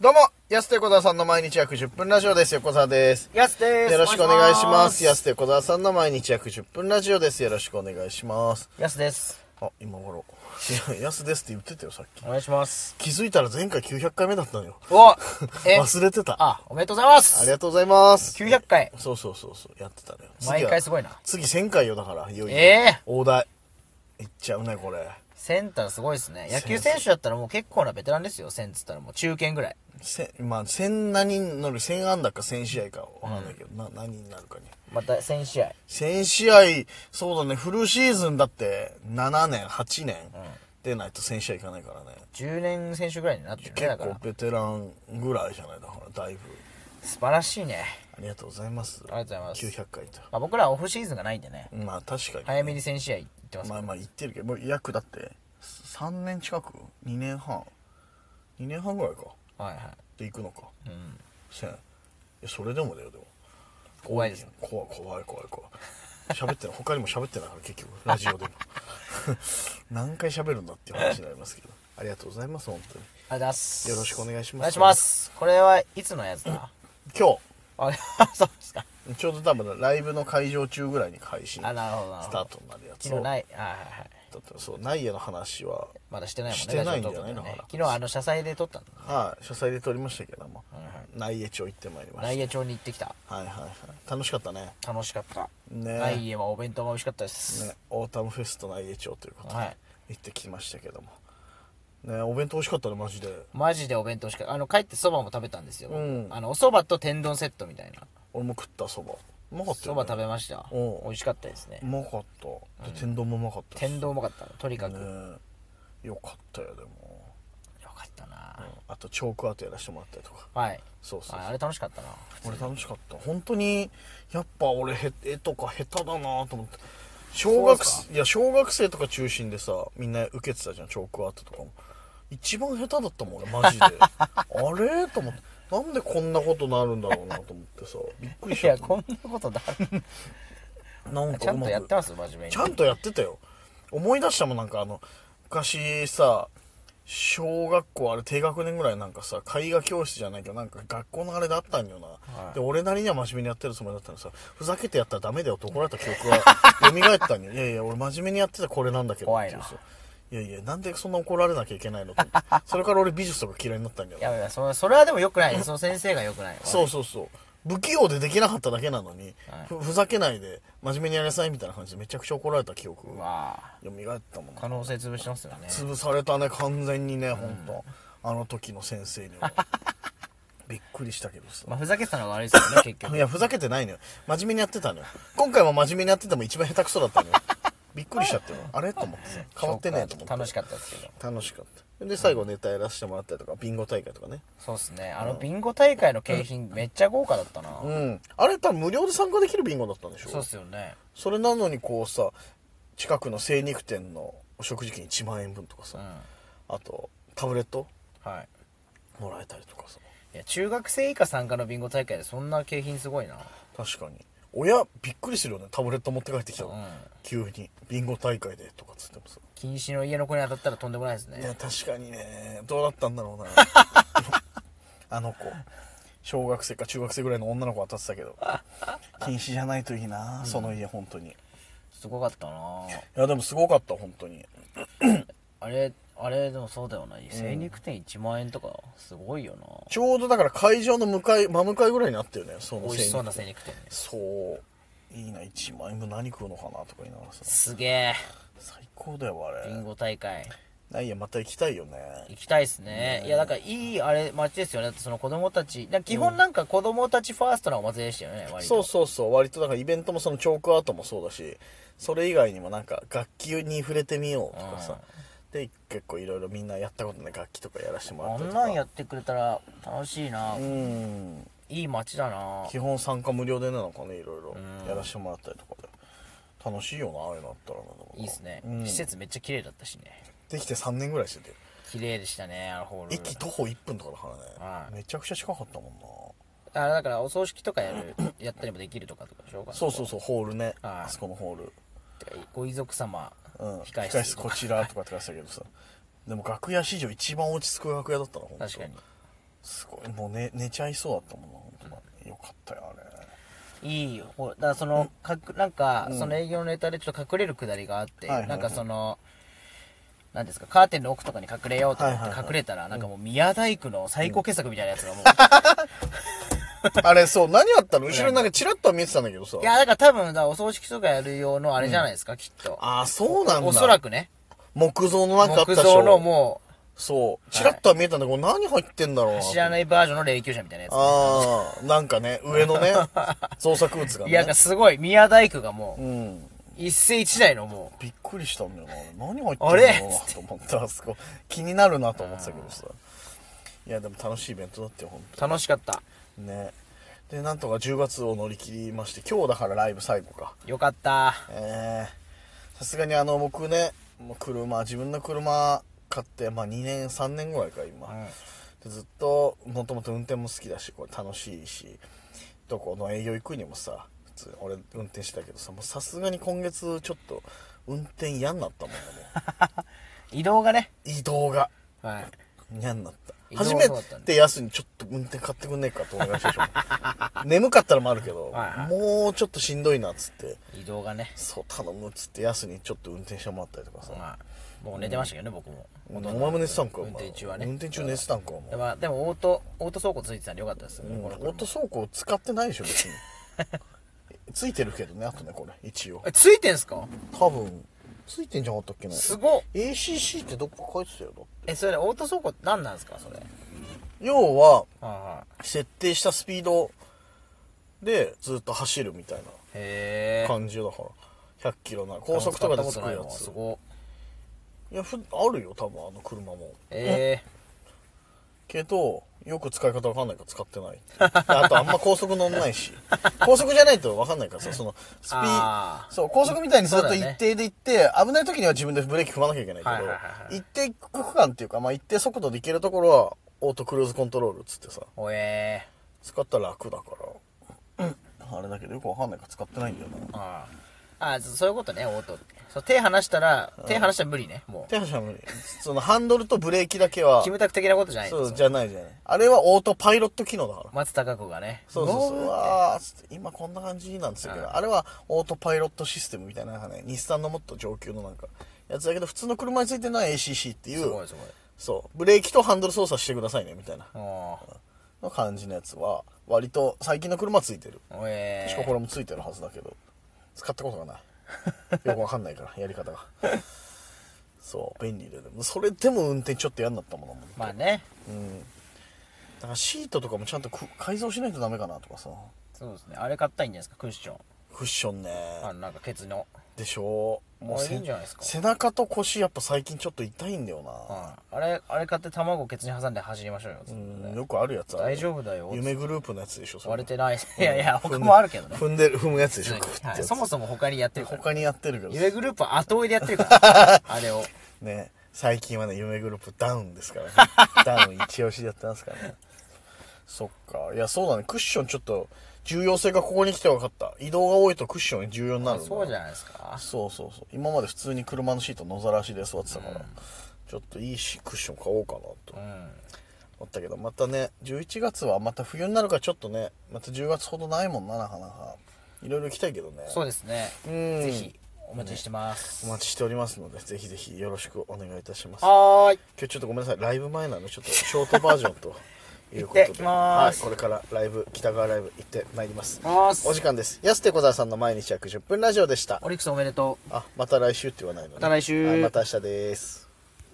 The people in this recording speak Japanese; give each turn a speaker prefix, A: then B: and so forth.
A: どうも、安手小沢さんの毎日約10分ラジオです。横澤です。
B: やすです。
A: よろしくお願いしま
B: お
A: す。
B: 願い
A: 安手小沢さんの毎日約10分ラジオです。よろしくお願いします。
B: やすです。
A: あ、今頃。いや安ですって言ってたよ、さっき
B: お。願いします。
A: 気づいたら前回900回目だったのよ。
B: おえ
A: 忘れてた。あ
B: あ、おめでとうございます
A: りがとうございます。
B: 900回。
A: そうそうそうそう、やってたのよ。次は
B: 毎回すごいな。
A: 次1000回よ、だから、いよいよ。
B: ええ
A: 大台。いっちゃうね、これ。
B: センターすごいですね。野球選手だったらもう結構なベテランですよ。センっつったらもう中堅ぐらい。
A: せまあ、1000何人乗る、1000安打か1000試合かわかんないけど、な何人になるかに。
B: また1000試合。
A: 先試合、そうだね、フルシーズンだって、7年、8年、出ないと先試合いかないからね。
B: 10年選手ぐらいになってるね。
A: 結
B: だか
A: 構
B: ら。
A: ベテランぐらいじゃないだから、だいぶ。
B: 素晴らしいね。
A: ありがとうございます。
B: ありがとうございます
A: 900回と。
B: まあ僕らはオフシーズンがないんでね。
A: まあ確かに、
B: 早めに1000試合行ってます。
A: まあまあ言ってるけど、もう約だって、3年近く ?2 年半 ?2 年半ぐらいか。
B: はいはい。
A: で行くのか。
B: うん。
A: 1000。いや、それでもだよ、でも。
B: 怖いですね。
A: 怖い怖い怖い怖い喋ってない他にも喋ってないから結局ラジオでも 何回喋るんだっていう話になりますけどありがとうございます本当に
B: ありがとうございます。
A: よろしくお願いします
B: お願いします。これはいつのやつだ
A: 今
B: あ、 そうですか。
A: 日ちょうど多分ライブの会場中ぐらいに配信スタ
B: あ、なるほどなるほど。
A: ートになるやつ
B: 昨日ないい。はいはいはい。
A: だったそうナイアの話は
B: まだしてないもんね。
A: してないんじゃない
B: ラジオトークでは
A: だ
B: ね
A: から
B: 昨日あの、車載で撮ったの。
A: はい書斎で撮りましたけども、
B: はいはい
A: 内江町行ってまいりました
B: 内江町に行ってきた。
A: はいはいはい楽しかったね
B: 楽しかった。
A: ね
B: 内江はお弁当が美味しかったです。
A: ねオータムフェスト内江町ということで
B: はい
A: 行ってきましたけども、ねお弁当美味しかったねマジで
B: マジでお弁当しか、あの、帰ってそばも食べたんですよ。
A: うん
B: あの、おそばと天丼セットみたいな。
A: 俺も食ったそばうまかった
B: そ
A: よ、
B: ば
A: ね、
B: 食べました。
A: おう
B: 美味しかったですね
A: う。まかったで天丼もうまかったし
B: 天丼うまかった。とにかく。よ
A: ねよかったよでも、
B: かったな
A: あとチョークアートやらせてもらったりとか
B: はい。
A: そうそうそう
B: ああれ楽しかったな。
A: 俺楽しかった本当にやっぱ俺へ絵とか下手だなと思って小学
B: そう
A: 生いや小学生とか中心でさみんな受けてたじゃんチョークアートとかも一番下手だったもん俺マジ であれと思ってなんでこんなことなるんだろうなと思ってさびっくりし
B: い
A: ちゃっ
B: や、
A: た
B: こんなことだ。
A: なん
B: ちゃ
A: かうんま
B: と
A: く
B: やってます真面目に。
A: ちゃんとやってたよ。思い出したもん、なんかあの、昔さ、小学校あれ低学年ぐらいなんかさ、絵画教室じゃないけど、なんか学校のあれだったんよな。
B: い
A: で、俺なりには真面目にやってるつもりだったのさ、ふざけてやったらダメだよって怒られた記憶が 蘇ったんよ。いやいや、俺真面目にやってたこれなんだけど。
B: 怖いな
A: ってうさいやいや、なんでそんな怒られなきゃいけないのと 思って。それから俺美術とか嫌いになったんだよ
B: い。やいや、そそれはでも良くない。その先生が良くない。
A: そうそうそう。不器用でできなかっただけなのに、
B: はい
A: ふふざけないで真面目にやりなさいみたいな感じでめちゃくちゃ怒られた記憶
B: う
A: が
B: わあ
A: 蘇ったもんな
B: 可能性潰してますよね。
A: 潰されたね完全にね本当、あの時の先生に はびっくりしたけどさ
B: まあ、ふざけてたのが悪いですよね、結
A: い
B: 局。
A: やふざけてないのよ真面目にやってたのよ今回も真面目にやってても一番下手くそだったのよびっくりしちゃって あれと思ってさ変わってねえと思って
B: 楽しかったですけど。
A: 楽しかったで最後ネタやらせてもらったりとかビンゴ大会とかね
B: そうっすね。あの、ビンゴ大会の景品、めっちゃ豪華だったな。
A: うんあれ多分無料で参加できるビンゴだったんでしょ
B: そうっすよね。
A: それなのにこうさ近くの精肉店のお食事券1万円分とか
B: う
A: さ
B: ん。、
A: あとタブレット
B: はい。
A: もらえたりとかさ
B: いや、中学生以下参加のビンゴ大会でそんな景品すごいな。
A: 確かに親びっくりするよねタブレット持って帰ってきた
B: う
A: の、
B: ん。
A: 急にビンゴ大会でとかっつってもさ
B: 禁止の家の子に当たったらとんでもないです
A: い
B: ね。
A: や確かにねどうだったんだろう なあの子小学生か中学生ぐらいの女の子当たってたけど禁止じゃないといいな、その家本当にい
B: すごかったな
A: やでもすごかった本当に
B: あれ、あれ、でもそうだよな。精肉店1万円とか、すごいよな。
A: ちょうどだから会場の向かい真向かいぐらいにあったよねその
B: 美味しそうな精
A: 精肉
B: 肉店ね。
A: そういいな1万円分何食うのかなとか言いながらさ
B: すげ
A: 最高だよあ
B: え。ビ
A: れ
B: ンゴ大会。
A: ないやまた行きたいよね
B: 行きたいですね。いや、なんかいい、あれ、街ですよね。だってその子供たち。なんか基本なんか子供たちファーストなお祭りでしたよね、割と。
A: そうそうそう割とだからイベントもそのチョークアートもそうだしそれ以外にもなんか楽器に触れてみようとかさ、で結構いろいろみんなやったことない楽器とかやらせてもら
B: あ
A: ったり
B: ん
A: とか
B: なんやってくれたら楽しいな。
A: うん
B: いい街だな。
A: 基本参加無料でなのかねいろいろ
B: うん
A: やらせてもらったりとかで楽しいよなああいうのあったらなとか
B: いいっすね
A: う。ん
B: 施設めっちゃ綺麗だったしね。
A: できて3年ぐらいしてて
B: 綺麗でしたね、あのホール。
A: 駅徒歩1分とかだからね、
B: はい
A: めちゃくちゃ近かったもんな
B: あだからお葬式とかやる、やったりもできるとかとかでしょうか
A: そうそうそうホールね、
B: はい
A: あそこのホール
B: う。ご遺族様、
A: うん、
B: 控え
A: 控
B: 室と
A: こ
B: か。
A: ちらとかって書いてたけどさでも楽屋史上一番落ち着く楽屋だったな本当
B: 確かに。
A: すごいもう寝寝ちゃいそうだったもんな本当だねよかったよあれ
B: いいよほらだからその、かくなんか、
A: うん
B: その営業のネタでちょっと隠れるくだりがあっ
A: はい
B: て、
A: はいはい
B: なんかそのなんですかカーテンの奥とかに隠れようと思
A: はい
B: っ
A: はい
B: て
A: はい
B: 隠れたら、なんかもう宮大工の最高傑作みたいなやつがもう、
A: あれそう何やったの後ろになんかチラッとは見えてたんだけどさ
B: いやだから多分だからお葬式とかやる用のあれじゃないですか、きっと
A: ああそうなんだ
B: おそらくね
A: 木造のなんかあったで
B: 木
A: しょ
B: 造のも
A: そうチラッとは見えたんだけど、これ何入ってんだろう
B: う
A: な
B: 知らないバージョンの霊柩車みたいなやつ
A: ああなんかね上の ね造作物がね
B: いやなんかすごい宮大工がもう
A: うん
B: 一世一代のも
A: びっくりしたんだよなあれ何入ってん
B: あ
A: の
B: れ
A: かなと思ったあそこ気になるなと思ってたけどさいやでも楽しいイベントだったよ本
B: う楽しかった
A: 当ねでなんとか10月を乗り切りまして今日だからライブ最後か
B: よかった
A: えーさすがにあの僕ねもう車自分の車買って、まあ、2年3年ぐらいか今、でずっともともと運転も好きだしこれ楽しいしどこの営業行くにもさ普通に俺運転してたけどさもうさすがに今月ちょっと運転嫌になったもんねもう
B: 移動がね
A: 移動が
B: はい
A: 嫌になった
B: 移動が
A: 初
B: そう
A: め
B: だったね
A: て安にちょっと運転買ってくんねえかと思いましたでし ょ眠かったのもあるけど
B: はいはい
A: もうちょっとしんどいなっつって
B: 移動がね
A: そう頼むっつって安にちょっと運転してもらったりとかさ、
B: まあもう寝てましたけどね、僕も
A: お前も寝てたんかお前
B: 運転中はね
A: 運転中寝てたんかお前
B: でまあでもオートオート倉庫ついてたんでよかったですよね、この
A: オート倉庫使ってないでしょ 別についてるけどねあとねこれ一応
B: えついてんすか
A: 多分ついてんじゃなかったっけな
B: すごっ
A: ACC ってどっか書いてたよだって
B: えそれオート倉庫って何なんですかそれはい
A: 要は
B: は
A: 設定したスピードでずっと走るみたい
B: いへ
A: な
B: え
A: 感じよだから100キロな高速とかでつくやつ
B: す
A: い
B: ご
A: やふあるよ多分あの車も
B: え
A: けどよく使い方わかんないから使ってない あとあんま高速乗んないし高速じゃないとわかんないからさそのスピ
B: あー
A: そう高速みたいにずっ
B: そう
A: と
B: だ
A: 一
B: ね
A: 定で行って、危ない時には自分でブレーキ踏まなきゃいけないけど、
B: はいはいはいはい
A: 一定区間っていうか、まあ、一定速度で行けるところはオートクルーズコントロールっつってさ
B: ー、おえ
A: 使ったら楽だから、あれだけどよくわかんないから使ってないんだよな
B: ー、あーあーそそういうことねオートってそう手離したら手離したら無理ねもう
A: 手足は無理そのハンドルとブレーキだけは
B: キムタク的なことじゃない
A: そう
B: です
A: じゃないじゃないあれはオートパイロット機能だから
B: 松たか子がね
A: そうそうそう。
B: ゴー
A: うわーつって今こんな感じなんですけど、あれはオートパイロットシステムみたいななんかね、日産のもっと上級のなんか、やつだけど、普通の車についてるのは ACC ってい
B: すご
A: う
B: い、す
A: そう、ブレーキとハンドル操作してくださいね、みたいな、
B: ごいお
A: の感じのやつは、割と最近の車ついてる。
B: ーおえ
A: 確か
B: ー、
A: これもついてるはずだけど、使ったことがない。よくわかんないから、 やり方が。そう、便利で。でもそれでも運転ちょっと嫌になったものもん。だ
B: まあね
A: からシートとかもちゃんとく改造しないとダメかなとかさ。
B: そうですねあれ買ったらいいんじゃないですかクッション
A: クッションね。
B: あのなんかケツの
A: でしょう
B: あ
A: せ
B: いいんじゃないですか
A: 背中と腰やっぱ最近ちょっと痛いんだよ
B: ああれあれ買って卵ケツに挟んで走りましょうよ、
A: な、うん、よくあるやつある
B: 大丈夫だよ
A: 夢グループのやつでしょそれ
B: 割れてないいやいや
A: 踏
B: 他
A: んで
B: もあるけどね、
A: 踏んでる踏むやつでしょ、
B: はい、そも
A: そ
B: そも他にやってるから
A: 他にやってるけど
B: 夢グループは後追いでやって るからあれを
A: ね最近はね夢グループダウンです からねダウン一押しでやってますからねそっかいやそうだねクッションちょっと重要性がここに来て分かった移動が多いとクッション重要になるんだ
B: そうじゃないですか
A: そうそうそう今まで普通に車のシート野ざらしで座ってたから、ちょっといいしクッション買おうかなと
B: うん
A: 思ったけどまたね11月はまた冬になるからちょっとねまた10月ほどないもんななかなかいろいろ行きたいけどね
B: そうですね
A: うん
B: ぜひお待ちしてます、
A: お待ちしておりますのでぜひぜひよろしくお願いいたします今
B: はーい
A: 日ちょっとごめんなさいライブ前なのでちょっとショートバージョンということで
B: 行ってきます
A: はい、これからライブ北川ライブ行ってまいります
B: ます
A: お時間です安手小沢さんの毎日約10分ラジオでした
B: オリックスおめでとう
A: あまた来週って言わないのね
B: また来週
A: はいまた明日です